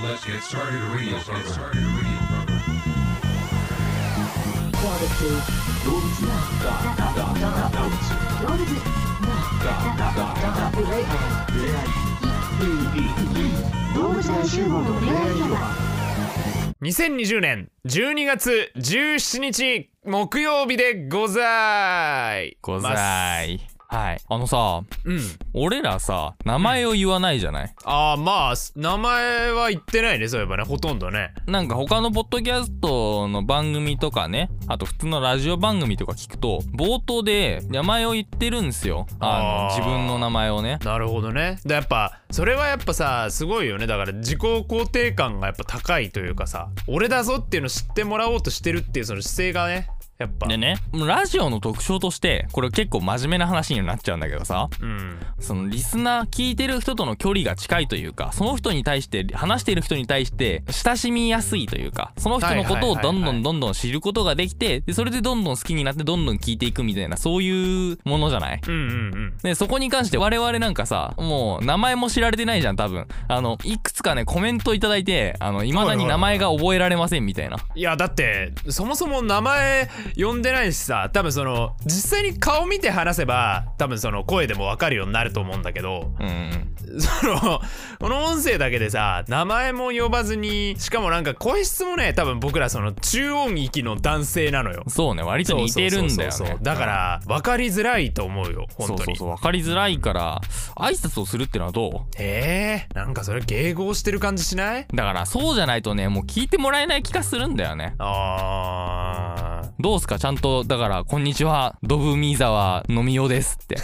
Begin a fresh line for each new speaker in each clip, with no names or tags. Let's get started radio program. Let's
Barbecue.
get started radio program.
動物な触れ合い動物大集合の恋愛広場
2020年12月17日木曜日でござい
ござ
い
い。はい。あのさ、
うん
俺らさ、名前を言わないじゃない、
ああまあす名前は言ってないねそういえばねほとんどね
なんか他のポッドキャストの番組とかね、あと普通のラジオ番組とか聞くと、冒頭で名前を言ってるんですよ。あ
あー
の、自分の名前をね。
なるほどねでやっぱそれはやっぱさすごいよねだから自己肯定感がやっぱ高いというかさ俺だぞっていうの知ってもらおうとしてるっていうその姿勢がねやっぱ
でね、ラジオの特徴として、これ結構真面目な話になっちゃうんだけどさ、
うん
そのリスナー聞いてる人との距離が近いというかその人に対して話している人に対して親しみやすいというかその人のことを
はいはいは
ど
いはい
んどんどんどん知ることができてでそれでどんどん好きになってどんどん聞いていくみたいなそういうものじゃない
うんうんうん
でそこに関して我々なんかさもう名前も知られてないじゃん多分あのいくつかねコメントいただいてあの未だに名前が覚えられませんみたいない
やだってそもそも名前呼んでないしさ多分その実際に顔見て話せば多分その声でも分かるようになると思うんだけど
うんうん
そのこの音声だけでさ名前も呼ばずにしかもなんか声質もね多分僕らその中音域の男性なのよ
そうね割と似てるんだよ
そうそうそう
ね
そうだから分かりづらいと思うよ
そ
本
う
当
そう
に
そう分かりづらいから挨拶をするってのはどう
へえなんかそれ迎合してる感じしない
だからそうじゃないとねもう聞いてもらえない気がするんだよね
あー
どうすかちゃんとだから「こんにちはドブミーザワのみおです」って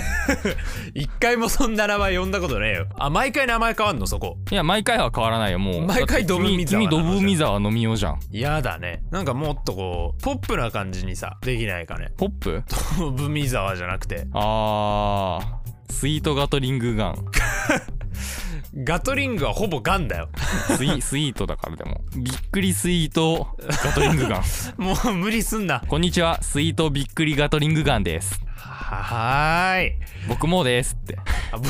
一回もそんな名前呼んだことねえよあ毎回名前変わんのそこ
いや毎回は変わらないよもう
毎回
だって君
ドブミーザワなの
君ドブミーザワのみおじゃん
やだねなんかもっとこうポップな感じにさできないかね
ポップ
ブミザワじゃなくて
あースイートガトリングガン
ガトリングはほぼガンだよ
スイスイートだからでもびっくりスイートガトリン グガン
もう無理すんな
こんにちはスイートびっくりガトリングガンです
はーい
僕もですって
あぼ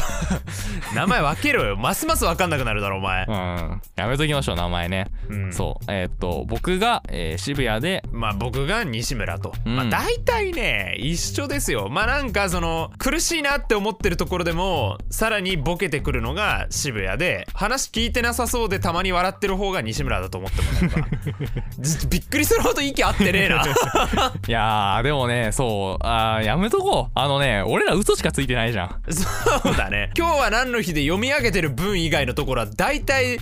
名前分けろよますます分かんなくなるだろお前
うんやめときましょう名前ね、
うん
そうえーっと僕が、えー渋谷で
まあ僕が西村と、
うん
まあ大体ね一緒ですよまあなんかその苦しいなって思ってるところでもさらにボケてくるのが渋谷で話聞いてなさそうでたまに笑ってる方が西村だと思ってもらえば じびっくりするほど息合ってねえな
いやーでもねそうあーやめとこうあのね俺ら嘘しかついてないじゃ ん
そうだね今日は何の日で読み上げてる文以外のところは大体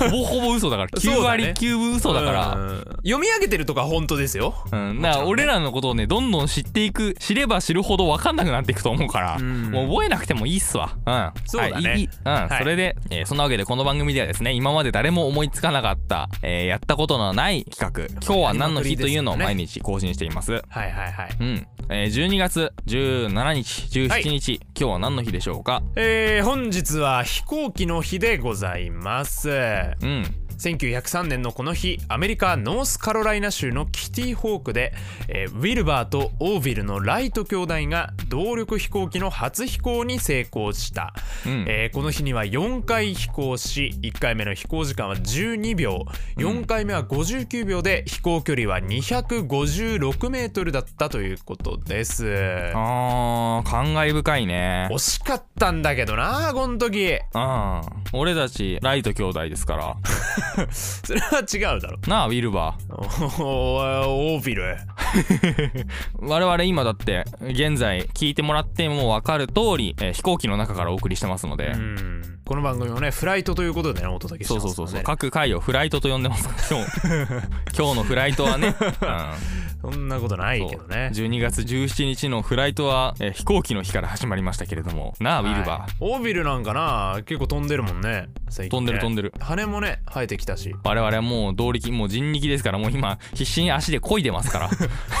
ほぼほぼ嘘だから
そう
9
だね
割9分嘘だか
うん読み上げてるとか本当ですよ
らうんだから俺らのことをねどんどん知っていく知れば知るほど分かんなくなっていくと思うから
ん
もう覚えなくてもいいっすわうん
そうだね
はいいいうん
はい
それでえーそんなわけでこの番組ではですね今まで誰も思いつかなかったえーやったことのない企画今日は何の日というのを毎日更新しています
はいはいはい
うんえー12月17日
はい
17日今日は何の日でしょうか
えー、本日は飛行機の日でございます
うん
1903年のこの日アメリカノースカロライナ州のキティホークで、えーウィルバーとオーヴィルのライト兄弟が動力飛行機の初飛行に成功した、
うん
えーこの日には4回飛行し1回目の飛行時間は12秒4回目は59秒で飛行距離は256メートルだったということです
あー感慨深いね
惜しかったんだけどなこの時
うん俺たちライト兄弟ですから
それは違うだろ
なあウィルバー
おーオーヴィル
我々今だって現在聞いてもらっても分かる通り、えー飛行機の中からお送りしてますので、
うんこの番組もねフライトということでねお届けして
そう
ます
そうそうそ
から
う、
ね
各回をフライトと呼んでますから 今日今日のフライトはね、
そんなことな
うん
いけどね
そう12月17日のフライトは、えー飛行機の日から始まりましたけれどもなあウィルバー、
はいオービルなんかな結構飛んでるもんね最
飛
近
ん
ね
でる飛んでる
羽もね生えてきたし
我々はもう動力もう人力ですからもう今必死に足で漕いでます から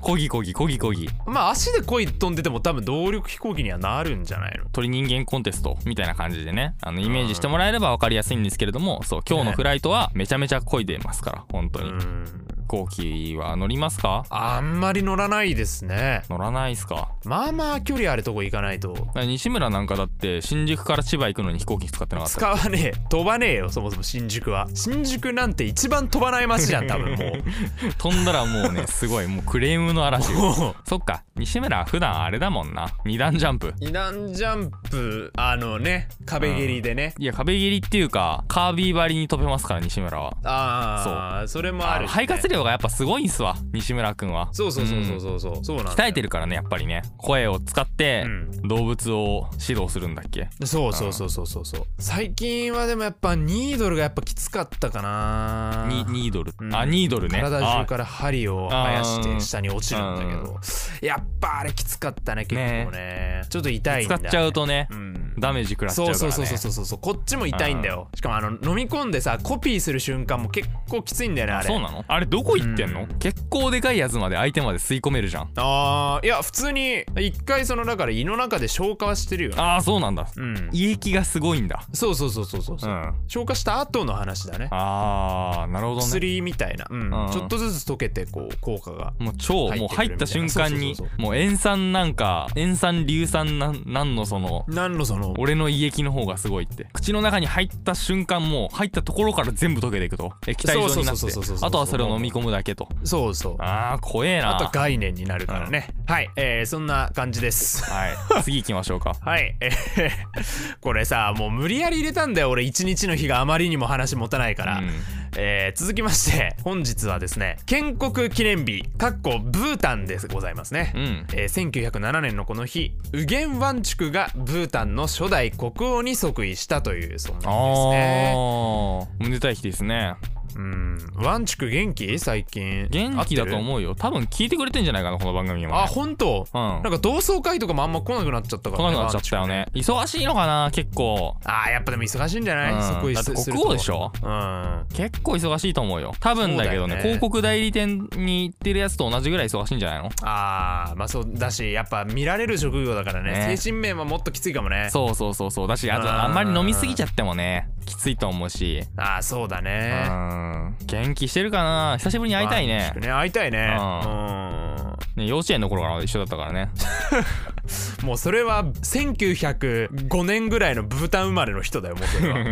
こぎこぎこぎこぎ
まあ足でこい飛んでても多分動力飛行機にはなるんじゃないの
鳥人間コンテストみたいな感じでねあのイメージしてもらえれば分かりやすいんですけれどもそう今日のフライトはめちゃめちゃ漕いでますから本当
う
に
ん
行機は乗りますか
あんまり乗らないですね
乗らないっすか
まあまあ距離あるとこ行かないと
西村なんかだって新宿から千葉行くのに飛行機使ってなかった
使わねえ飛ばねえよそもそも新宿は新宿なんて一番飛ばない街じゃん多分も
飛んだらも うねすごいもうクレームの嵐
うもう
そっか西村は普段あれだもんな二段ジャンプ
二段ジャンプあのね壁蹴りでね
いや壁蹴りっていうかカービィ張りに飛べますから西村は
ああそれもある、
の肺活量がやっぱすごいんすわ西村くんは
そうそうそうそうそうそう、そうなんだ
鍛
よ
えてるからねやっぱりね声を使って動物を指導するんだっけ
そうそうそうそうそうそう最近はでもやっぱニードルがやっぱきつかったかな
にニードル
うん
あニードルね
体中
あ
から針を生やし
あー
て下に落ちるんだけどやっぱあれきつかったね結構ねちょっと痛いん
使
だ、
っちゃうとね
うん
ダメージ食らっちゃう
そ
か
う
ら
そ
ね
うそうそうそうそうこっちも痛いんだよしかもあの飲み込んでさコピーする瞬間も結構きついんだよねあれ
そうなのあれどこ行ってんの、
うん
結構でかいやつまで相手まで吸い込めるじゃん
あーいや普通に一回そのだから胃の中で消化はしてるよね
ああそうなんだ
うん
胃液がすごいんだ
そうそうそうそうそうそう、
あ
消化した後の話だね
あーなるほどね
薬みたいな、うん
うん
ちょっとずつ溶けてこう効果が
もう超
入ってくる
もう入った瞬間
み
に
たいなそうそうそう
もう塩酸なんか塩酸硫酸なんなんのその
何のその
俺の胃液の方がすごいって口の中に入った瞬間もう入ったところから全部溶けていくと液体状になって
そうそうそうそうそうそう
あとはそれを飲み込むだけと
そうそう
あー怖えな
あと概念になるからね、はい、えー、そんな感じです
はい次行きましょうか
はい、えへへ これさもう無理やり入れたんだよ俺一日の日があまりにも話持たないから、
うん
えー続きまして本日はですね建国記念日かっこブータンでございますね、
うん
えー1907年のこの日ウゲンワンチュクがブータンの初代国王に即位したというそんな日で
あ
すね
ーおめでたい日ですね
うんワンチュク元気最近
元気だと
う
思うよ多分聞いてくれてんじゃないかなこの番組も、ね、
あ本当、
うん
なんか同窓会とかもあんま来なくなっちゃったか
来
ら、
なくなっちゃったよね忙しいのかな結構
あーやっぱでも忙しいんじゃない、
うん
そこ
だって国王でしょ
うん
結構忙しいと思うよ多分だけどね
そうだよね
広告代理店に行ってるやつと同じぐらい忙しいんじゃないの
あーまあそうだしやっぱ見られる職業だからね
ね
精神面はもっときついかもね
そうそうそうそうだしあとあんまり飲みすぎちゃってもねきついと思うし
ああそうだ
う
ね
ん元気してるかな久しぶりに会いたい
まあ
ね
確かに会いたいね
うね幼稚園の頃から一緒だったか らね
うんもうそれは1905年ぐらいのブータン生まれの人だよもうそれは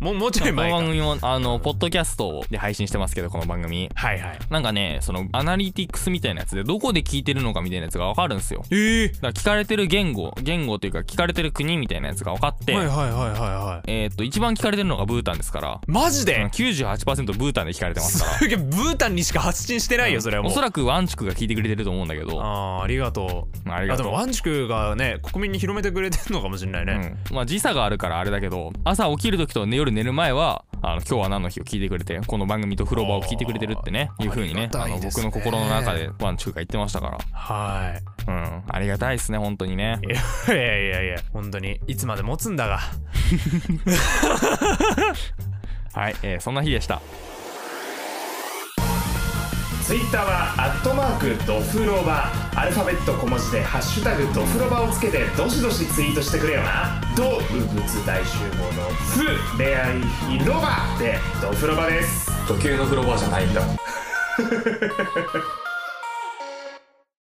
もうもうちょい
この
前か
番組もあのポッドキャストで配信してますけどこの番組
はいはい
なんかねそのアナリティクスみたいなやつでどこで聞いてるのかみたいなやつが分かるんですよ
ええ
だから聞かれてる言語言語というか聞かれてる国みたいなやつが分かって、
はいはいはいはいはい
えーっと一番聞かれてるのがブータンですから
マジで
98%ブータンで聞かれてますから
すげえブータンにしか発信してないよそれはもう
おそらくワンチュクが聞いてくれてると思うんだけど
あーありがとう
ありがとう
でもワンチュクがね国民に広めてくれてるのかもしれないね、
うんまあ時差があるからあれだけど朝起きる時とね夜寝る前はあの今日は何の日を聞いてくれてこの番組と風呂場を聞いてくれてるってね
あー
いう風に
あ
ね
りがたい
の
ですね
僕の心の中でワンチュクが言ってましたか
はい
らうんありがたいですね本当にね
いやいやいやいや本当にいつまで持つんだが
はい、えーそんな日でした
ツイッターはアットマークドフロバアルファベット小文字で「ハッシュタグドフロバ」をつけてどしどしツイートしてくれよなドウ物大集合の「フ恋愛広場」でドフロバです
時計の風呂場じゃないんだ